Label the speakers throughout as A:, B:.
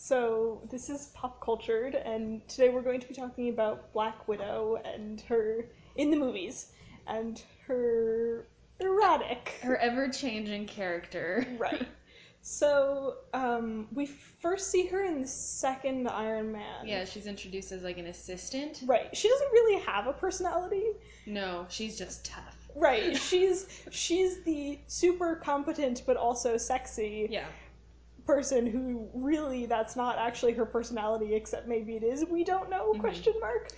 A: So, this is Pop Cultured, and today we're going to be talking about Black Widow and her in the movies and her erratic.
B: Her ever changing character.
A: Right. So, um, we first see her in the second Iron Man.
B: Yeah, she's introduced as like an assistant.
A: Right. She doesn't really have a personality.
B: No, she's just tough.
A: Right. She's she's the super competent but also sexy
B: Yeah.
A: person who really that's not actually her personality except maybe it is we don't know
B: Mhm.
A: question mark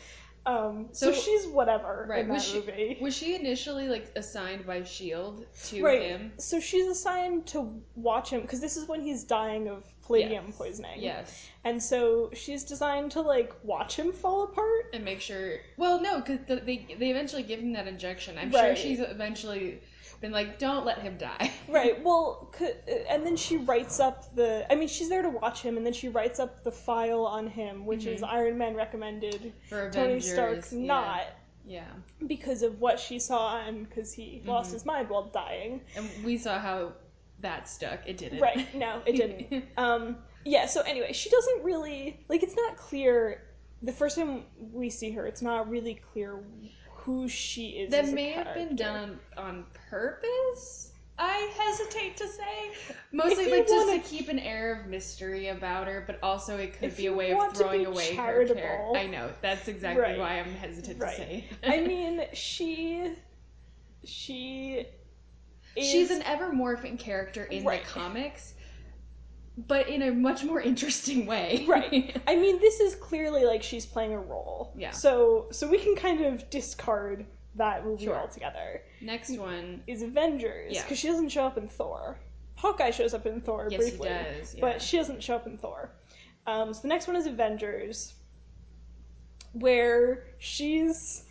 A: um, so,
B: So-
A: she's whatever
B: Right,
A: in that
B: was she-
A: movie
B: Was she initially like assigned by Shield E to
A: Right.
B: him?
A: so she's assigned to watch him because this is when he's dying of palladium
B: Yes.
A: poisoning
B: Yes,
A: and so she's designed to like watch him fall apart
B: and make sure. Well, no, because the, they they eventually give him that injection. I'm sure
A: Right.
B: she's eventually been like, "Don't let him die."
A: right well c- and then she writes up the i mean she's there to watch him and then she writes up the file on him which is iron man recommended
B: For
A: tony
B: Mm-hmm. Avengers,
A: stark's
B: yeah.
A: not
B: Yeah,
A: because of what she saw and because he
B: Mm-hmm.
A: lost his mind while dying.
B: and we saw how that stuck. It didn't.
A: Right? No, it didn't. um, yeah. So anyway, she doesn't really like. It's not clear. The first time we see her, it's not really clear who she is.
B: That
A: as a
B: may have been
A: character.
B: done on purpose. I hesitate to say, mostly
A: you
B: like just
A: wanna-
B: to keep an air of mystery about her, but also it could
A: If
B: be a
A: you
B: way of
A: want to
B: throwing
A: be
B: away her
A: charitable.
B: character. I know that's exactly
A: Right.
B: why I'm hesitant
A: Right.
B: to say.
A: I mean, she, she. Is,
B: she's an ever morphing character in
A: Right.
B: the comics, but in a much more interesting way.
A: Right. I mean, this is clearly like she's playing a role.
B: Yeah.
A: So so we can kind of discard that movie
B: Sure.
A: altogether.
B: Next one.
A: is Avengers
B: Yeah.
A: because she doesn't show up in Thor. Hawkeye shows up in Thor
B: Yes, he
A: briefly,
B: does, yeah.
A: but she doesn't show up in Thor. Um, so the next one is Avengers, where she's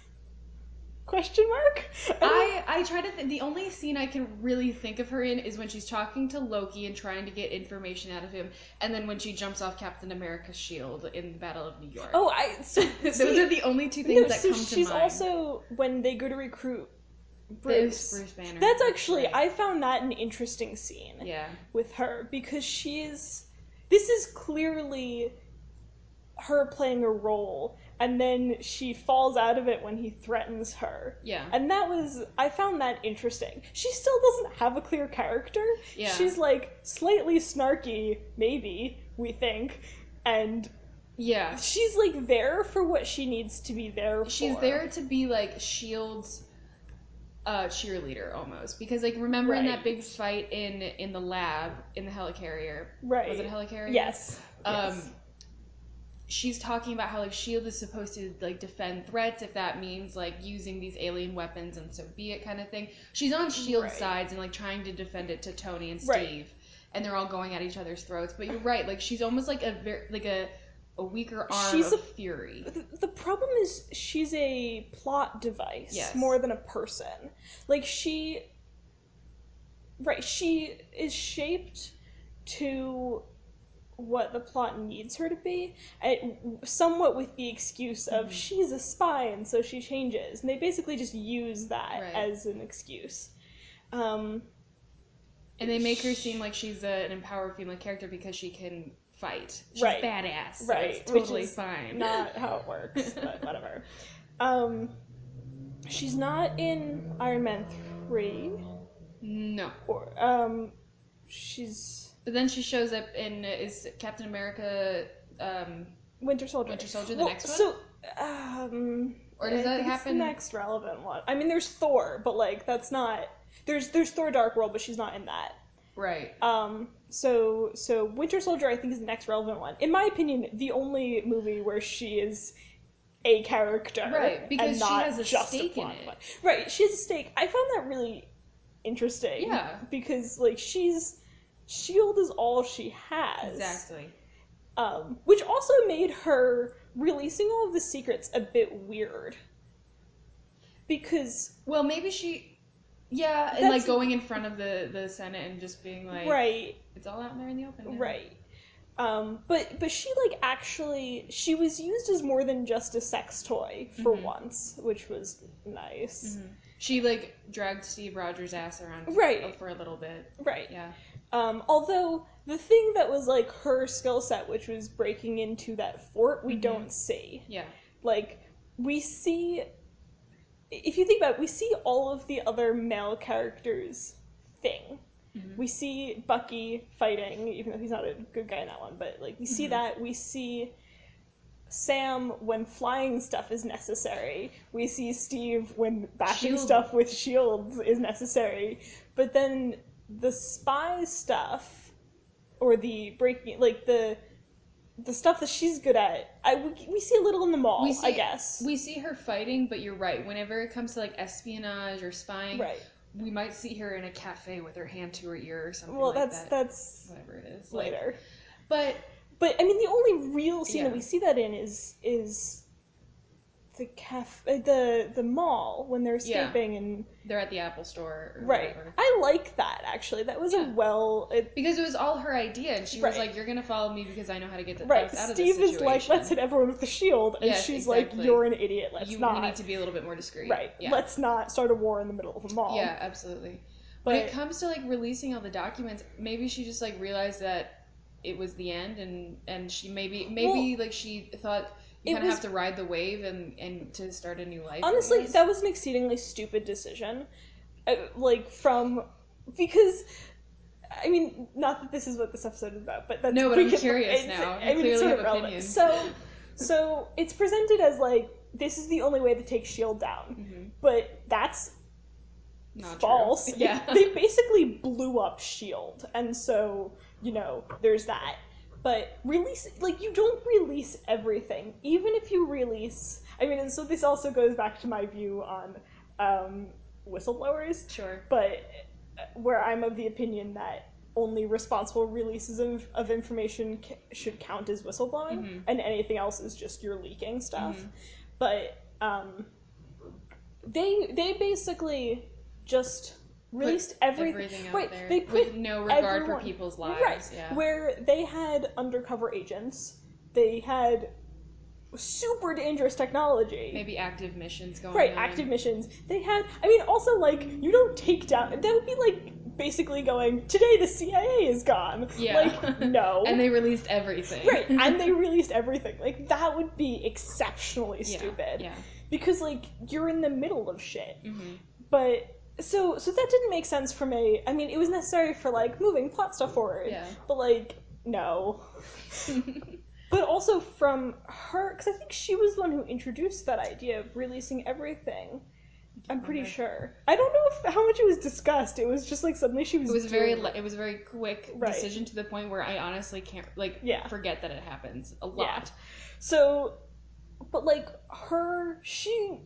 A: question mark.
B: I, I try to think the only scene I can really think of her in is when she's talking to Loki and trying to get information out of him, and then when she jumps off Captain America's shield in the Battle of New York.
A: oh I so,
B: those
A: see,
B: are the only two things
A: no,
B: that
A: so
B: come
A: she's
B: to mind.
A: also when they go to recruit Bruce.
B: Bruce, Bruce Banner.
A: That's actually
B: right.
A: I found that an interesting scene.
B: yeah
A: with her because she's this is clearly her playing a role and then she falls out of it when he threatens her
B: yeah.
A: and that was i found that interesting she still doesn't have a clear character
B: Yeah.
A: she's like slightly snarky maybe we think and
B: yeah.
A: she's like there for what she needs to be there for
B: She's there to be like Shield's uh, cheerleader almost because like remember in that
A: Right.
B: big fight in in the lab in the helicarrier
A: right
B: was it a helicarrier
A: yes
B: um
A: Yes.
B: she's talking about how like shield E is supposed to like defend threats if that means like using these alien weapons and so be it kind of thing she's on shield's
A: Right.
B: E sides and like trying to defend it to tony and steve
A: Right.
B: and they're all going at each other's throats but you're right like she's almost like a very like a a weaker arm
A: She's
B: of
A: a-
B: fury
A: The, the problem is she's a plot device
B: Yes.
A: more than a person. Like she right, she is shaped to what the plot needs her to be, and somewhat with the excuse
B: Mm-hmm.
A: of she's a spy and so she changes. And they basically just use that
B: Right.
A: as an excuse. Um,
B: and they make her seem like she's a, an empowered female character because she can fight she's
A: Right.
B: badass so
A: Right,
B: it's
A: which
B: totally
A: is
B: fine
A: not how it works, but whatever. Um, she's not in Iron Man 3.
B: no
A: or um she's
B: but then she shows up in uh, is captain america um
A: Winter Soldier.
B: Winter Soldier, the
A: Well,
B: next one?
A: So um
B: Or does
A: I think it's
B: that
A: the
B: happen-
A: next relevant one. I mean there's Thor, but like that's not there's there's Thor Dark World, but she's not in that.
B: Right.
A: Um so so Winter Soldier I think is the next relevant one. In my opinion, the only movie where she is a character.
B: Right, because
A: and
B: she
A: not
B: has a
A: just
B: stake in
A: plot
B: it.
A: device. Right, she has a stake. I found that really interesting.
B: Yeah.
A: Because like she's Shield is all she has.
B: Exactly.
A: um, which also made her releasing all of the secrets a bit weird because
B: Well, maybe she. Yeah, and
A: That's-
B: like going in front of the the Senate and just being like,
A: right
B: it's all out there in the open. now."
A: right um, but but she like actually she was used as more than just a sex toy for
B: Mhm.
A: once which was nice
B: Mhm. She like dragged Steve Rogers' ass around
A: Right.
B: for a little bit.
A: right
B: Yeah.
A: Um, although the thing that was like her skill set, which was breaking into that fort, we
B: Mhm.
A: don't see.
B: Yeah.
A: Like we see, if you think about, it, we see all of the other male characters' thing.
B: Mhm.
A: We see Bucky fighting, even though he's not a good guy in that one, but like we see
B: Mhm.
A: that. We see Sam when flying stuff is necessary. We see Steve when bashing
B: Shield.
A: stuff with shields is necessary. But then the spy stuff or the breaking like the the stuff that she's good at, I we, we see a little in the mall,
B: We see-
A: Oh, I guess.
B: We see her fighting, but you're right. Whenever it comes to like espionage or spying,
A: right.
B: we might see her in a cafe with her hand to her ear or something
A: Well,
B: like
A: that's
B: that.
A: that's
B: Whatever it is. Like,
A: later.
B: but
A: But I mean, the only real scene
B: Yeah.
A: that we see that in is is the cafe, the the mall when they're
B: Yeah.
A: escaping and
B: they're at the Apple store or
A: right.
B: whatever.
A: I like that actually. That was
B: Yeah.
A: a well. uh, It,
B: Because it was all her idea, and she was
A: Right.
B: like, "You're gonna follow me because I know how to get the
A: right.
B: us out
A: Steve
B: of this
A: is like, let's hit everyone with the shield, and
B: Yes,
A: she's
B: exactly.
A: like, you're an idiot. Let's
B: you
A: not.
B: need to be a little bit more discreet,
A: right.
B: Yeah,
A: Let's not start a war in the middle of a mall.
B: yeah, absolutely.
A: But
B: when it comes to like releasing all the documents, maybe she just like realized that it was the end, and and she maybe maybe like she thought you
A: it
B: kind of have
A: was-
B: to ride the wave and and to start a new life. I
A: honestly,
B: guess.
A: that was an exceedingly stupid decision. Uh, like from because. I mean, not that this is what this episode is about, but that's
B: No, but I'm
A: we can-
B: curious
A: it's-
B: now.
A: I mean,
B: You clearly
A: it's sort
B: have
A: of relevant.
B: opinions.
A: So, so it's presented as like this is the only way to take Shield E down,
B: Mhm.
A: but that's
B: Not true.
A: false.
B: Yeah,
A: they basically blew up Shield, E and so you know there's that. But release like you don't release everything, even if you release. I mean, and so this also goes back to my view on um, whistleblowers
B: sure.
A: but uh, where I'm of the opinion that only responsible releases of, of information c- should count as whistleblowing,
B: Mhm.
A: and anything else is just you're leaking stuff.
B: Mm-hmm.
A: But um, they they basically just released everything.
B: Everything out
A: Wait,
B: there
A: they put
B: with no regard
A: everyone-
B: for people's lives.
A: Right.
B: Yeah.
A: Where they had undercover agents, they had super dangerous technology
B: maybe active missions going
A: right
B: on.
A: active missions they had i mean also like you don't take down that would be like basically going today the cia is gone
B: Yeah.
A: like no
B: and they released everything.
A: Oh. right and they released everything like that would be exceptionally
B: Yeah,
A: stupid
B: Yeah.
A: because like you're in the middle of shit
B: hmm
A: but so so that didn't make sense for me i mean it was necessary for like moving plot stuff forward
B: Yeah.
A: but like no
B: Mm-hmm.
A: but also from her because i think she was the one who introduced that idea of releasing everything i'm pretty
B: Okay.
A: sure i don't know if, how much it was discussed it was just like suddenly she was
B: It was very
A: doing
B: li- it was a very quick
A: Right.
B: decision to the point where I honestly can't like
A: Yeah.
B: forget that it happens a lot.
A: so but like her she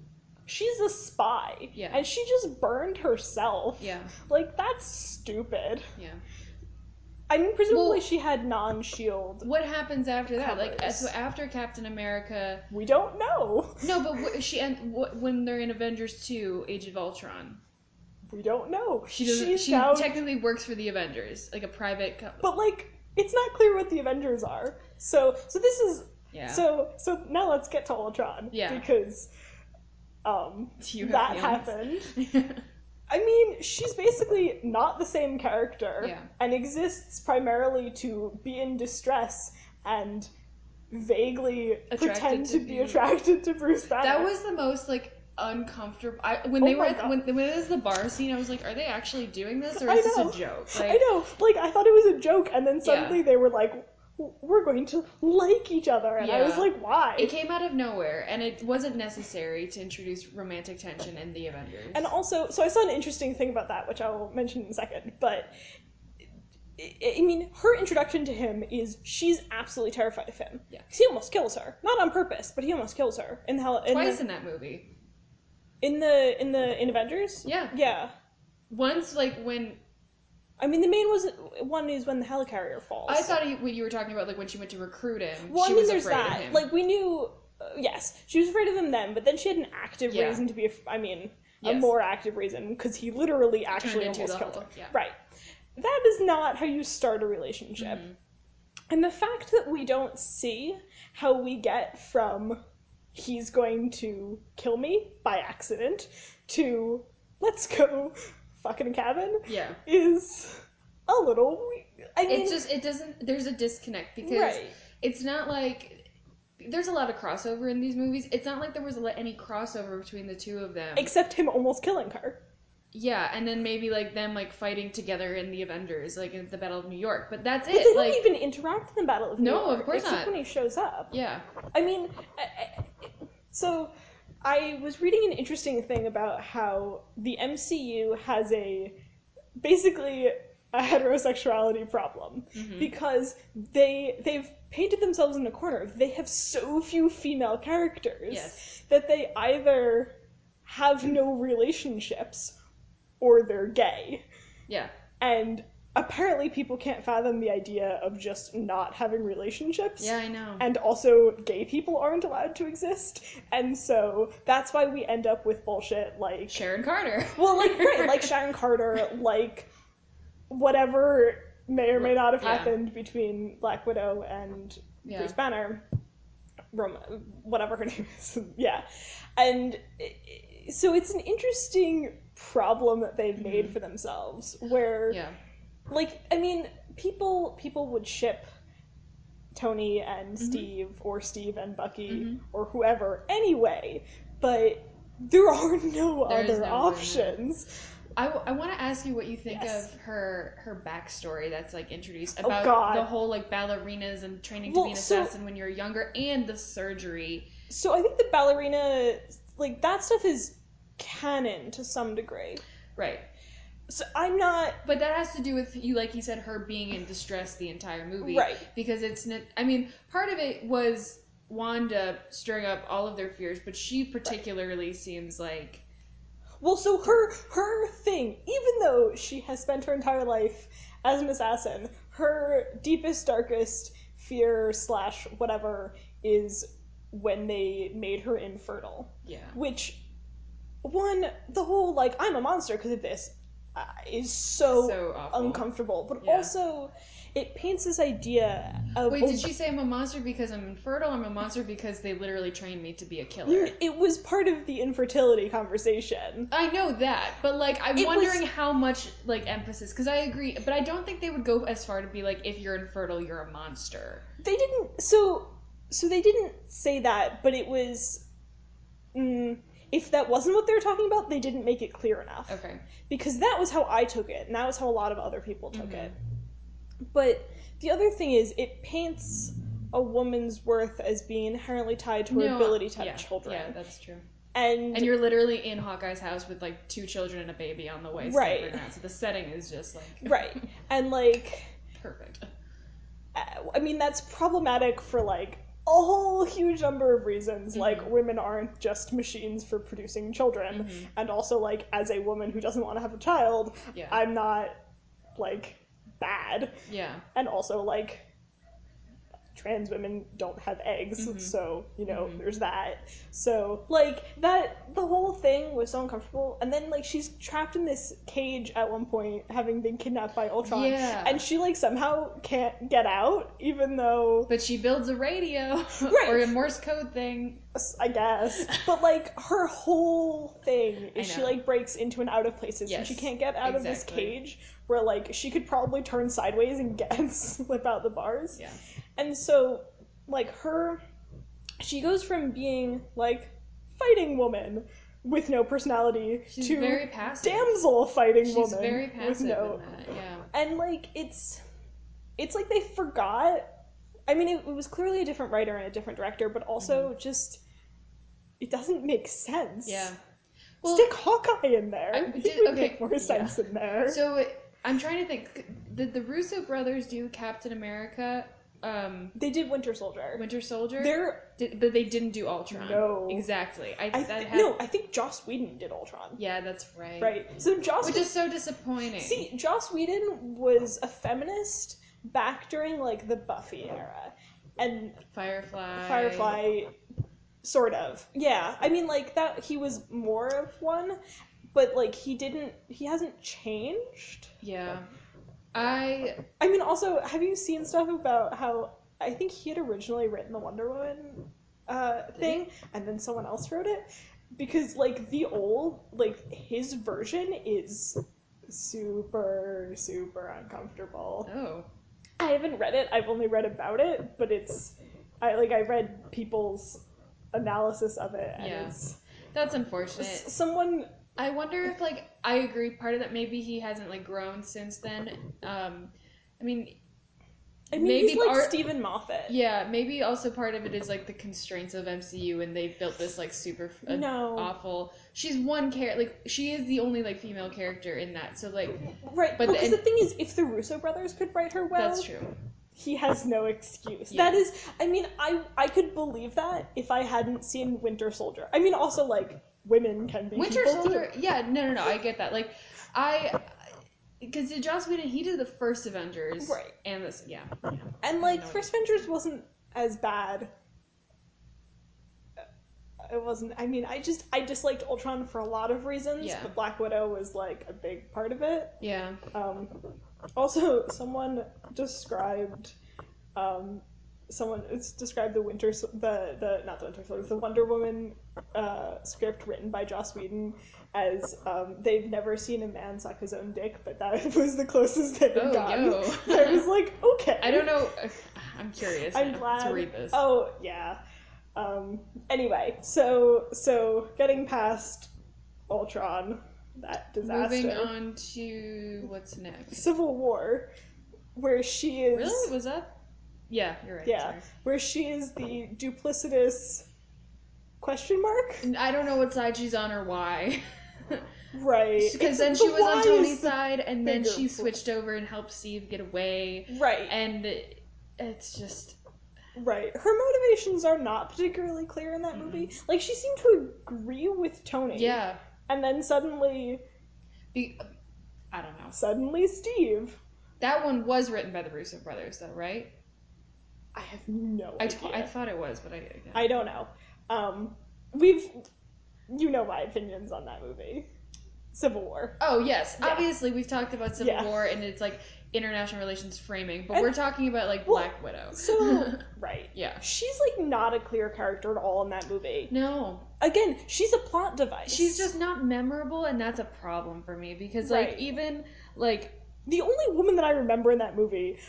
A: she's a spy
B: Yeah.
A: and she just burned herself
B: Yeah.
A: like that's stupid
B: Yeah.
A: i mean presumably
B: Well-
A: she had non-shield
B: What happens after that? Like
A: Covers.
B: so after Captain America.
A: we don't know
B: No, but what, she and what, when they're in Avengers 2 Age of Ultron.
A: we don't know
B: She doesn't
A: she's
B: she
A: now
B: technically works for the Avengers, like a private co-
A: but like it's not clear what the avengers are so so this is
B: Yeah.
A: So so now let's get to Ultron.
B: Yeah.
A: Because um
B: Do you
A: that
B: have
A: happened.
B: happened.
A: I mean, she's basically not the same character
B: Yeah.
A: and exists primarily to be in distress and vaguely pretend
B: to
A: to, be
B: be-
A: attracted to Bruce Banner.
B: That was the most like uncomfortable. I, when
A: Oh
B: they were
A: my
B: at,
A: God.
B: when, when it was the bar scene, I was like, "Are they actually doing this, or
A: I
B: is this
A: know.
B: a joke?" Like,
A: I know. Like I thought it was a joke and then suddenly
B: Yeah.
A: they were like "W- we're going to like each other and I was
B: Yeah.
A: like why?
B: It came out of nowhere, and it wasn't necessary to introduce romantic tension in the Avengers.
A: And also, so I saw an interesting thing about that, which I will mention in a second. But I I mean, her introduction to him is she's absolutely terrified of him.
B: Yeah.
A: 'Cause he almost kills her, not on purpose, but he almost kills her in the hell in
B: Twice
A: the,
B: in that movie.
A: in the in the in Avengers.
B: Yeah.
A: Yeah.
B: Once, like when
A: I mean, the main was one is when the helicarrier falls.
B: I thought you, what you were talking about, like when she went to recruit him,
A: Well,
B: she
A: I mean,
B: was
A: there's
B: afraid
A: that.
B: of him.
A: Like we knew, uh, yes, she was afraid of him then, but then she had an active
B: Yeah.
A: reason to be. Af- I mean, a
B: Yes.
A: more active reason because he literally
B: turned
A: actually
B: into
A: almost
B: the
A: killed her.
B: Hulk. Yeah.
A: Right. That is not how you start a relationship.
B: Mhm.
A: And the fact that we don't see how we get from he's going to kill me by accident to let's go fucking cabin
B: Yeah.
A: is a little. we- I mean,
B: It's just it doesn't. There's a disconnect because
A: right.
B: it's not like there's a lot of crossover in these movies. It's not like there was li- any crossover between the two of them.
A: Except him almost killing her.
B: yeah, and then maybe like them like fighting together in the Avengers, like in the Battle of New York. But that's
A: But they
B: it. Like
A: don't even interact in the Battle of New
B: No,
A: York.
B: of course
A: except
B: not.
A: when he shows up.
B: yeah,
A: I mean, I, I, so I was reading an interesting thing about how the MCU has a basically a heterosexuality problem
B: Mm-hmm.
A: because they they've painted themselves in a corner. They have so few female characters
B: Yes.
A: that they either have no relationships or they're gay.
B: yeah.
A: And apparently people can't fathom the idea of just not having relationships.
B: Yeah, I know.
A: And also, gay people aren't allowed to exist, and so that's why we end up with bullshit like,
B: Sharon Carter.
A: well, like right, like Sharon Carter, like whatever may or may not have
B: Yeah.
A: happened between Black Widow and
B: Yeah.
A: Bruce Banner, Rom- whatever her name is, yeah, and i- i- so it's an interesting problem that they've made
B: Mm-hmm.
A: for themselves, where
B: yeah,
A: like i mean people people would ship tony and
B: Mm-hmm.
A: steve or steve and bucky or whoever anyway but there are no
B: There is
A: other
B: no other-
A: options
B: I, want to ask you what you think
A: Yes.
B: of her her backstory that's like introduced
A: Oh,
B: about
A: God.
B: the whole like ballerinas and training
A: Well,
B: to be an
A: so-
B: assassin when you're younger and the surgery.
A: so i think the ballerina like that stuff is canon to some degree
B: Right.
A: so i'm not
B: But that has to do with you, like you said, her being in distress the entire movie,
A: Right.
B: Because it's, n- I mean, part of it was Wanda stirring up all of their fears, but she particularly seems like,
A: Well, so her her thing, even though she has spent her entire life as an assassin, her deepest, darkest fear slash whatever is when they made her infertile.
B: yeah,
A: Which one, the whole like I'm a monster because of this uh, is so,
B: so awful.
A: uncomfortable, but
B: Yeah.
A: also it paints this idea of
B: Wait,
A: oh,
B: did she say I'm a monster because I'm infertile? I'm a monster because they literally trained me to be a killer.
A: it was part of the infertility conversation.
B: I know that, but like I'm
A: It was-
B: wondering how much like emphasis because I agree, but I don't think they would go as far to be like if you're infertile, you're a monster.
A: they didn't so so they didn't say that but it was mm, if that wasn't what they were talking about they didn't make it clear enough
B: Okay,
A: because that was how i took it and that was how a lot of other people took
B: Mm-hmm.
A: it but the other thing is it paints a woman's worth as being inherently tied to her
B: No,
A: ability to have
B: yeah, Yeah,
A: children
B: that's true.
A: and,
B: And you're literally in Hawkeye's house with like two children and a baby on the way. so
A: Right.
B: they're not- So the setting is just like
A: right and like
B: perfect.
A: uh, i mean that's problematic for like a whole huge number of reasons like women aren't just machines for producing children and also like as a woman who doesn't want to have a child
B: Yeah.
A: i'm not like bad
B: Yeah.
A: and also like trans women don't have eggs
B: Mm-hmm.
A: so you know there's that so like that the whole thing was so uncomfortable and then like she's trapped in this cage at one point having been kidnapped by ultron
B: Yeah.
A: and she like somehow can't get out even though
B: But she builds a radio
A: Right.
B: or a Morse code thing.
A: I guess. But like her whole thing is
B: I
A: she
B: know.
A: like breaks into and out of places and
B: Yes,
A: she can't get out of this
B: exactly.
A: cage where like she could probably turn sideways and get and slip out the bars.
B: Yeah.
A: And so like her she goes from being like fighting woman with no personality
B: She's
A: to
B: very passive.
A: damsel fighting
B: She's
A: woman
B: very
A: with
B: passive
A: no
B: in that. Yeah.
A: and like it's it's like they forgot i mean it, it was clearly a different writer and a different director but also just it doesn't make sense
B: Mm-hmm. Yeah.
A: stick hawkeye in there
B: I-
A: It
B: did-
A: would
B: okay,
A: make more
B: yeah.
A: sense in there
B: So it- I'm trying to think. Did the Russo brothers do Captain America, um,
A: they did winter soldier
B: Winter Soldier?
A: They're-
B: Did- but they didn't do Ultron.
A: No.
B: Exactly. I,
A: I,
B: that
A: th-
B: had,
A: no i think joss whedon did ultron
B: Yeah, that's right.
A: right so joss
B: Which is so disappointing.
A: See, Joss Whedon was a feminist back during like the Buffy era, and
B: Firefly.
A: Firefly, sort of. Yeah, I mean, like that. He was more of one, but like he didn't. He hasn't changed.
B: Yeah. I
A: I mean, also, have you seen stuff about how I think he had originally written the Wonder Woman uh, thing, and then someone else wrote it because like the old, like his version is super, super uncomfortable.
B: Oh.
A: I haven't read it. I've only read about it, but it's I like I read people's analysis of it and
B: Yeah.
A: it's
B: That's unfortunate.
A: s- someone
B: I wonder if like I agree part of that maybe he hasn't like grown since then. Um I mean,
A: I mean
B: Maybe
A: he's like
B: art-
A: Stephen Moffat.
B: yeah, maybe also part of it is like the constraints of MCU and they've built this like super uh,
A: No.
B: awful. She's one character, like she is the only like female character in that. So like
A: Right,
B: But
A: but because
B: the-
A: the, thing is, if the Russo brothers could write her well,
B: that's true.
A: he has no excuse.
B: Yeah.
A: That is, I mean, I I could believe that if I hadn't seen Winter Soldier. I mean, also like women can be
B: Winter
A: people,
B: Soldier.
A: Too.
B: Yeah, no, no, no. I get that. Like, I because Joss Whedon he did the first Avengers,
A: Right.
B: And this, yeah,
A: And
B: No.
A: like First Avengers wasn't as bad. It wasn't. I mean, I just I disliked Ultron for a lot of reasons,
B: Yeah.
A: but Black Widow was like a big part of it.
B: yeah.
A: Um, also, someone described, um, someone it's described the winter Sol- the the not the Winter Soldier the Wonder Woman uh, script written by Joss Whedon as um, they've never seen a man suck his own dick, but that was the closest they've
B: Oh,
A: gotten.
B: yo.
A: I was like, okay,
B: I don't know. I'm curious.
A: I'm
B: now
A: glad
B: to read this.
A: Oh yeah. Um, anyway, so so getting past Ultron, that disaster.
B: Moving on to what's next.
A: Civil War, where she is
B: Really, was that? Yeah, you're right.
A: Yeah.
B: sorry.
A: where she is the duplicitous question mark,
B: And I don't know what side she's on or why.
A: right?
B: Because
A: It's-
B: then she
A: the
B: was on
A: why
B: Tony's
A: is the-
B: side, and then
A: bigger
B: she
A: pro-
B: switched over and helped Steve get away.
A: right,
B: And it's just
A: right. Her motivations are not particularly clear in that movie. Like she seemed to agree with Tony,
B: Mm-hmm. yeah.
A: and then suddenly,
B: Be- I don't know.
A: suddenly Steve.
B: That one was written by the Russo brothers, though, right?
A: I have no
B: I,
A: idea.
B: t- I thought it was, but I,
A: I don't know. Um, we've, you know, my opinions on that movie, Civil War.
B: oh yes,
A: Yeah.
B: obviously we've talked about Civil
A: Yeah.
B: War and it's like international relations framing, but
A: And-
B: we're talking about like
A: Well,
B: Black Widow.
A: So right.
B: yeah,
A: She's like not a clear character at all in that movie.
B: no,
A: Again, she's a plot device.
B: she's just not memorable, and that's a problem for me because like
A: Right.
B: even like
A: the only woman that I remember in that movie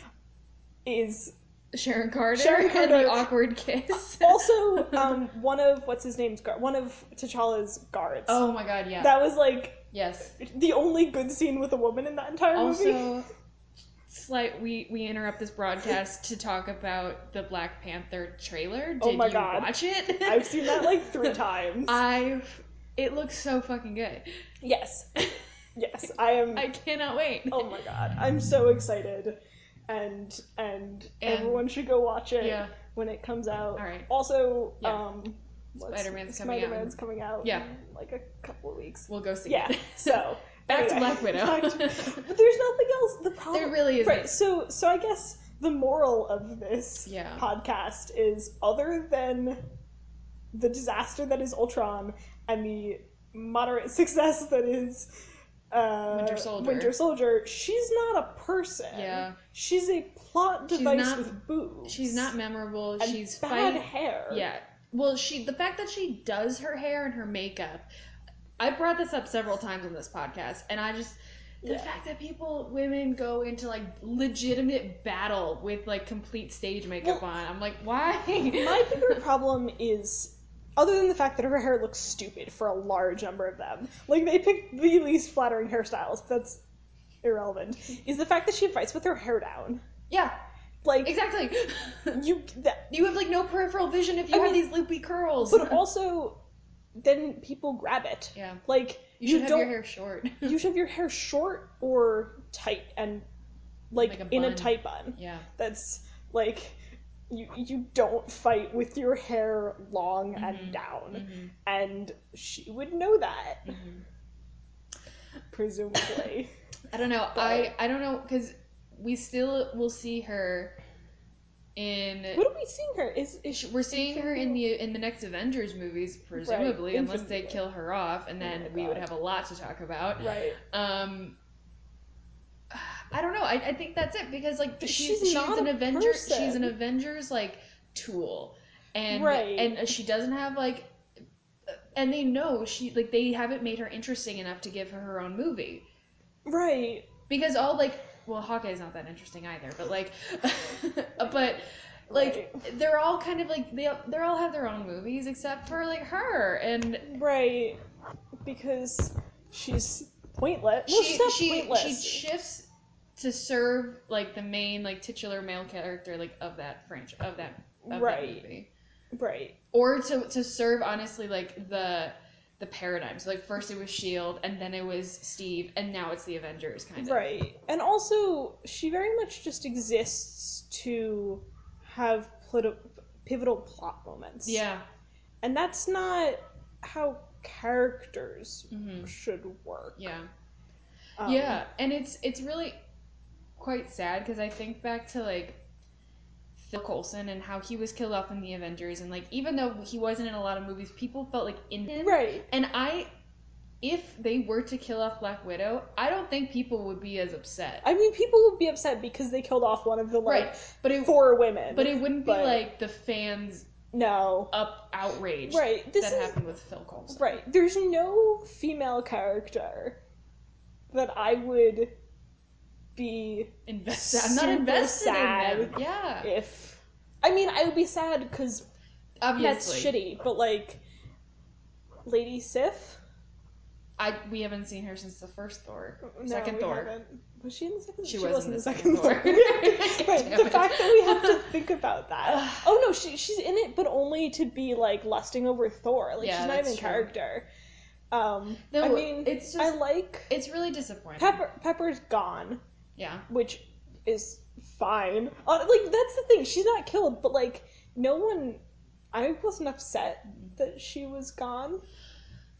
A: is
B: Sharon Carter,
A: Sharon
B: and the
A: Carter.
B: awkward kiss.
A: also um, one of what's his name's guard, one of T'Challa's guards.
B: oh my god, yeah,
A: That was like
B: yes.
A: the only good scene with a woman in that entire movie.
B: Also, slight we we interrupt this broadcast to talk about the Black Panther trailer. Did
A: Oh my
B: you
A: God.
B: watch it?
A: I've seen that like three times.
B: I it looks so fucking good.
A: yes, yes, I am.
B: I cannot wait.
A: oh my god, I'm so excited, and and,
B: And-
A: everyone should go watch it
B: Yeah.
A: when it comes out.
B: All right.
A: Also,
B: Yeah.
A: um, what's-
B: Spider-Man's coming out in-
A: Spider-Man's coming out.
B: Yeah.
A: in, like a couple of weeks.
B: We'll go see
A: Yeah.
B: it.
A: So
B: back to
A: anyway,
B: Black
A: back
B: Widow.
A: to- but there's nothing else. The problem
B: there really is
A: right. So so I guess the moral of this
B: Yeah.
A: podcast is other than the disaster that is Ultron and the moderate success that is. Uh,
B: Winter Soldier.
A: Winter Soldier. She's not a person.
B: Yeah.
A: She's a plot
B: She's
A: device
B: not-
A: with boobs.
B: She's not memorable.
A: And
B: She's
A: bad
B: fight.
A: hair.
B: Yeah. Well, she the fact that she does her hair and her makeup. I brought this up several times on this podcast, and I just the
A: Yeah.
B: fact that people women go into like legitimate battle with like complete stage makeup
A: Well,
B: on. I'm like, why?
A: My bigger problem is, other than the fact that her hair looks stupid for a large number of them, like they picked the least flattering hairstyles. but That's irrelevant. Is the fact that she fights with her hair down?
B: yeah,
A: Like
B: exactly.
A: you that.
B: you have like no peripheral vision if you
A: I
B: have
A: mean,
B: these loopy curls.
A: But also, then people grab it.
B: yeah,
A: Like
B: you should have
A: don't.
B: your hair short.
A: You should have your hair short or tight and like,
B: Like a
A: in a
B: bun.
A: tight bun.
B: yeah,
A: That's like. You, you don't fight with your hair long
B: Mhm.
A: and down.
B: Mhm.
A: and she would know that
B: Mhm.
A: presumably
B: I don't know.
A: But-
B: I I don't know because we still will see her in.
A: what are we seeing her is, is
B: Sh-
A: she,
B: We're seeing her in the in the next Avengers movies, presumably, unless they
A: Infinity War.
B: kill her off, and then
A: Oh my
B: we would
A: God.
B: have a lot to talk about.
A: right
B: Um, I don't know. I, I think that's it because like
A: But
B: she's she's,
A: she's not
B: an
A: a
B: Avenger. She's an
A: person.
B: Avengers like tool, and
A: Right.
B: and she doesn't have like, and they know she like they haven't made her interesting enough to give her her own movie.
A: Right.
B: because all like well hawkeye's not that interesting either but like uh, but like they're all kind of like they they all have their own movies except for like her and
A: Right. Because she's pointless. Well,
B: she
A: she's not
B: she,
A: pointless.
B: she shifts to serve like the main like titular male character like of that French of that of
A: Right.
B: that movie
A: right.
B: or to to serve honestly like the the paradigm so like first it was shield E and then it was steve and now it's the avengers kind of
A: Right. And also, she very much just exists to have politi- pivotal plot moments.
B: yeah
A: And that's not how characters
B: hmm
A: should work.
B: yeah
A: Um,
B: yeah and it's it's really quite sad because i think back to like phil colson and how he was killed off in the avengers and like even though he wasn't in a lot of movies people felt like in him
A: Right.
B: and i if they were to kill off black widow i don't think people would be as upset
A: I mean, people would be upset because they killed off one of the like
B: right but it
A: four women.
B: but it wouldn't be
A: but-
B: like the fans
A: no,
B: up outrage
A: right. This
B: that
A: is
B: happened with phil colson
A: right. There's no female character that I would be
B: invest i'm not
A: Super
B: invested in
A: sad.
B: them yeah
A: if. I mean, I would be sad because that's
B: obviously
A: shitty. But like, Lady Sif.
B: i we haven't seen her since the first thor
A: Uh, No,
B: Second
A: we
B: Thor.
A: haven't. Was she in the second?
B: She,
A: was
B: was
A: in
B: not
A: the second Thor. right. The fact that we have to think about that. Oh no, she she's in it, but only to be like lusting over Thor. Like
B: Yeah,
A: she's not
B: that's
A: even
B: true.
A: character. Um,
B: No,
A: I mean,
B: it's just
A: I like
B: it's really disappointing.
A: Pepper. Pepper's gone,
B: Yeah,
A: which is fine. Uh, like that's the thing. She's not killed, but like no one. I wasn't upset that she was gone,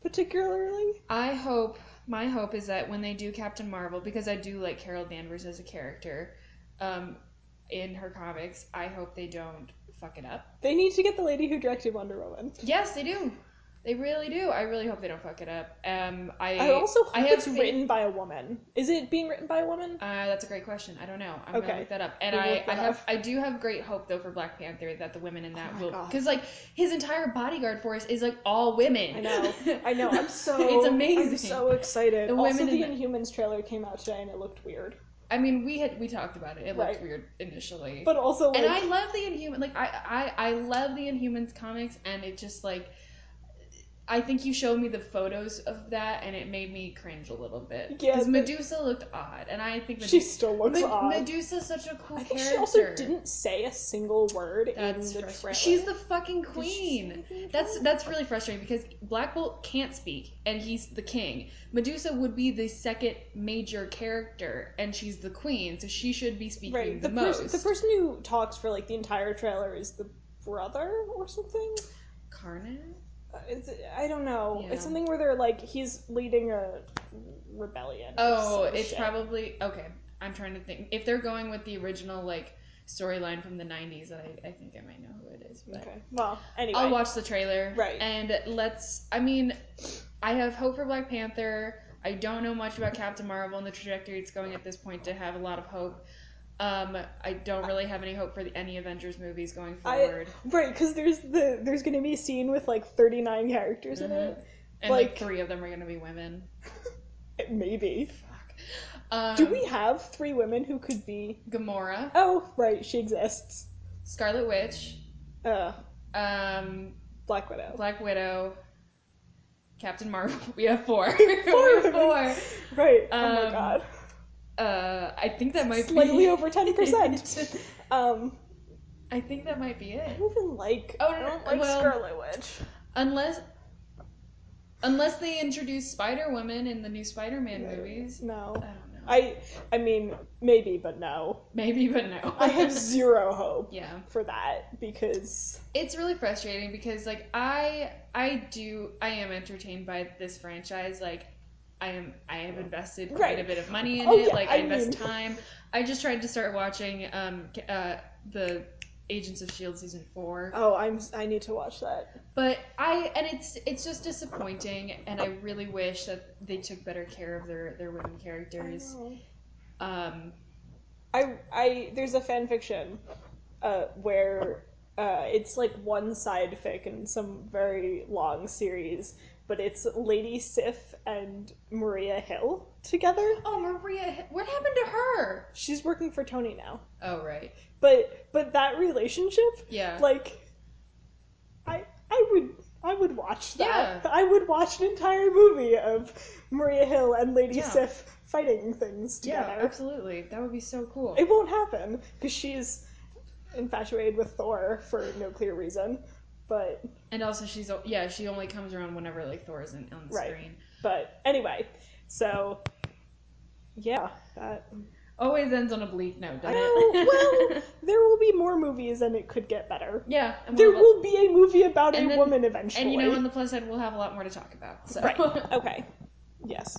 A: particularly.
B: I hope my hope is that when they do Captain Marvel, because I do like Carol Danvers as a character, um, in her comics, I hope they don't fuck it up.
A: They need to get the lady who directed Wonder Woman.
B: Yes, they do. They really do. I really hope they don't fuck it up. Um, I,
A: I also hope
B: I have
A: it's
B: faith-
A: written by a woman. Is it being written by a woman?
B: Uh, that's a great question. I don't know. I'm
A: Okay.
B: gonna look that up. And
A: We'll
B: I,
A: look
B: I
A: that
B: have,
A: up. Oh
B: I do have great hope though for Black Panther that the women in that
A: my
B: will,
A: God.
B: because like his entire bodyguard force is like all women.
A: I know. I know. I'm so
B: it's amazing.
A: I'm so excited.
B: The
A: also,
B: women
A: the
B: in
A: Inhumans trailer came out today and it looked weird.
B: I mean, we had we talked about it. It looked
A: Right.
B: weird initially,
A: But also, like,
B: and I love the Inhuman. Like I, I I love the Inhumans comics, and it just like I think you showed me the photos of that, and it made me cringe a little bit.
A: Yeah,
B: because
A: but-
B: Medusa looked odd, and I think
A: she
B: Medusa,
A: still looks
B: Me-
A: odd.
B: Medusa's such a cool
A: I think
B: character.
A: she also didn't say a single word
B: That's
A: in the
B: frust-
A: trailer.
B: She's the fucking
A: Did she say
B: queen.
A: anything in the
B: That's
A: trailer?
B: that's really frustrating because Black Bolt can't speak and he's the king. Medusa would be the second major character and she's the queen, so she should be speaking
A: right.
B: the,
A: The,
B: most.
A: person the person who talks for like the entire trailer is the brother or something.
B: Karnak?
A: Uh, It's, I don't know.
B: Yeah.
A: It's something where they're like he's leading a rebellion. or
B: Oh,
A: some
B: it's
A: shit.
B: probably okay. I'm trying to think if they're going with the original like storyline from the '90s. That I, I think I might know who it is, but
A: Okay. Well, anyway.
B: I'll watch the trailer.
A: Right.
B: and let's. I mean, I have hope for Black Panther. I don't know much about Captain Marvel and the trajectory it's going at this point to have a lot of hope. Um, I don't really have any hope for the, any Avengers movies going
A: I-
B: forward,
A: Right, because there's the there's gonna be a scene with like 39 characters in
B: Mhm.
A: it.
B: and like,
A: like-
B: three of them are going to be women.
A: Maybe.
B: Fuck. Um,
A: Do we have three women who could be?
B: Gamora,
A: Oh, right, she exists.
B: Scarlet Witch,
A: Uh,
B: um,
A: Black Widow.
B: Black Widow, Captain Marvel. We have four.
A: Four.
B: we have four.
A: Right. oh my
B: Um,
A: god.
B: Uh, I think that might
A: Slightly
B: be
A: over 10%. Um,
B: I think that might be
A: I
B: it.
A: don't even like.
B: Oh, no,
A: I
B: no,
A: don't like
B: well-
A: Scarlet Witch.
B: Unless, unless they introduce Spider Woman in the new Spider Man movies.
A: No.
B: I don't know.
A: I I mean maybe, but no.
B: Maybe, but no.
A: I have zero hope
B: yeah,
A: for that because
B: it's really frustrating because like I, I do, I am entertained by this franchise. Like, I am, I have invested quite a
A: Right.
B: bit of money in
A: Oh,
B: it.
A: yeah,
B: like, I,
A: I
B: invest
A: mean-
B: time. I just tried to start watching um ca- uh the Agents of Shield E season four.
A: oh I'm I need to watch that.
B: But I and it's it's just disappointing, and I really wish that they took better care of their their women characters.
A: I know.
B: Um,
A: I I there's a fan fiction uh, where uh, it's like one side fic in some very long series but it's Lady Sif and Maria Hill together.
B: Oh, Maria, what happened to her?
A: She's working for Tony now.
B: Oh, right.
A: But but that relationship,
B: Yeah.
A: like I I would I would watch that.
B: Yeah.
A: I would watch an entire movie of Maria Hill and Lady
B: Yeah.
A: Sif fighting things
B: yeah,
A: together.
B: absolutely. That would be so cool.
A: It won't happen because she's infatuated with Thor for no clear reason. But
B: And also, she's o- yeah, she only comes around whenever like Thor isn't on the
A: Right.
B: screen.
A: but anyway, so yeah, that
B: Always ends on a bleak note, doesn't
A: Oh,
B: it?
A: well, there will be more movies and it could get better.
B: yeah. and
A: There
B: we'll-
A: will be a movie about
B: And
A: a
B: then-
A: woman eventually.
B: And you know, on the plus side, we'll have a lot more to talk about. So.
A: Right. okay. Yes.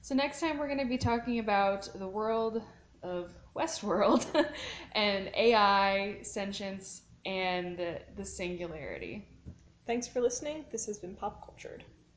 B: So next time we're going to be talking about the world of Westworld and AI, sentience, and the singularity.
A: Thanks for listening. This has been Pop Cultured.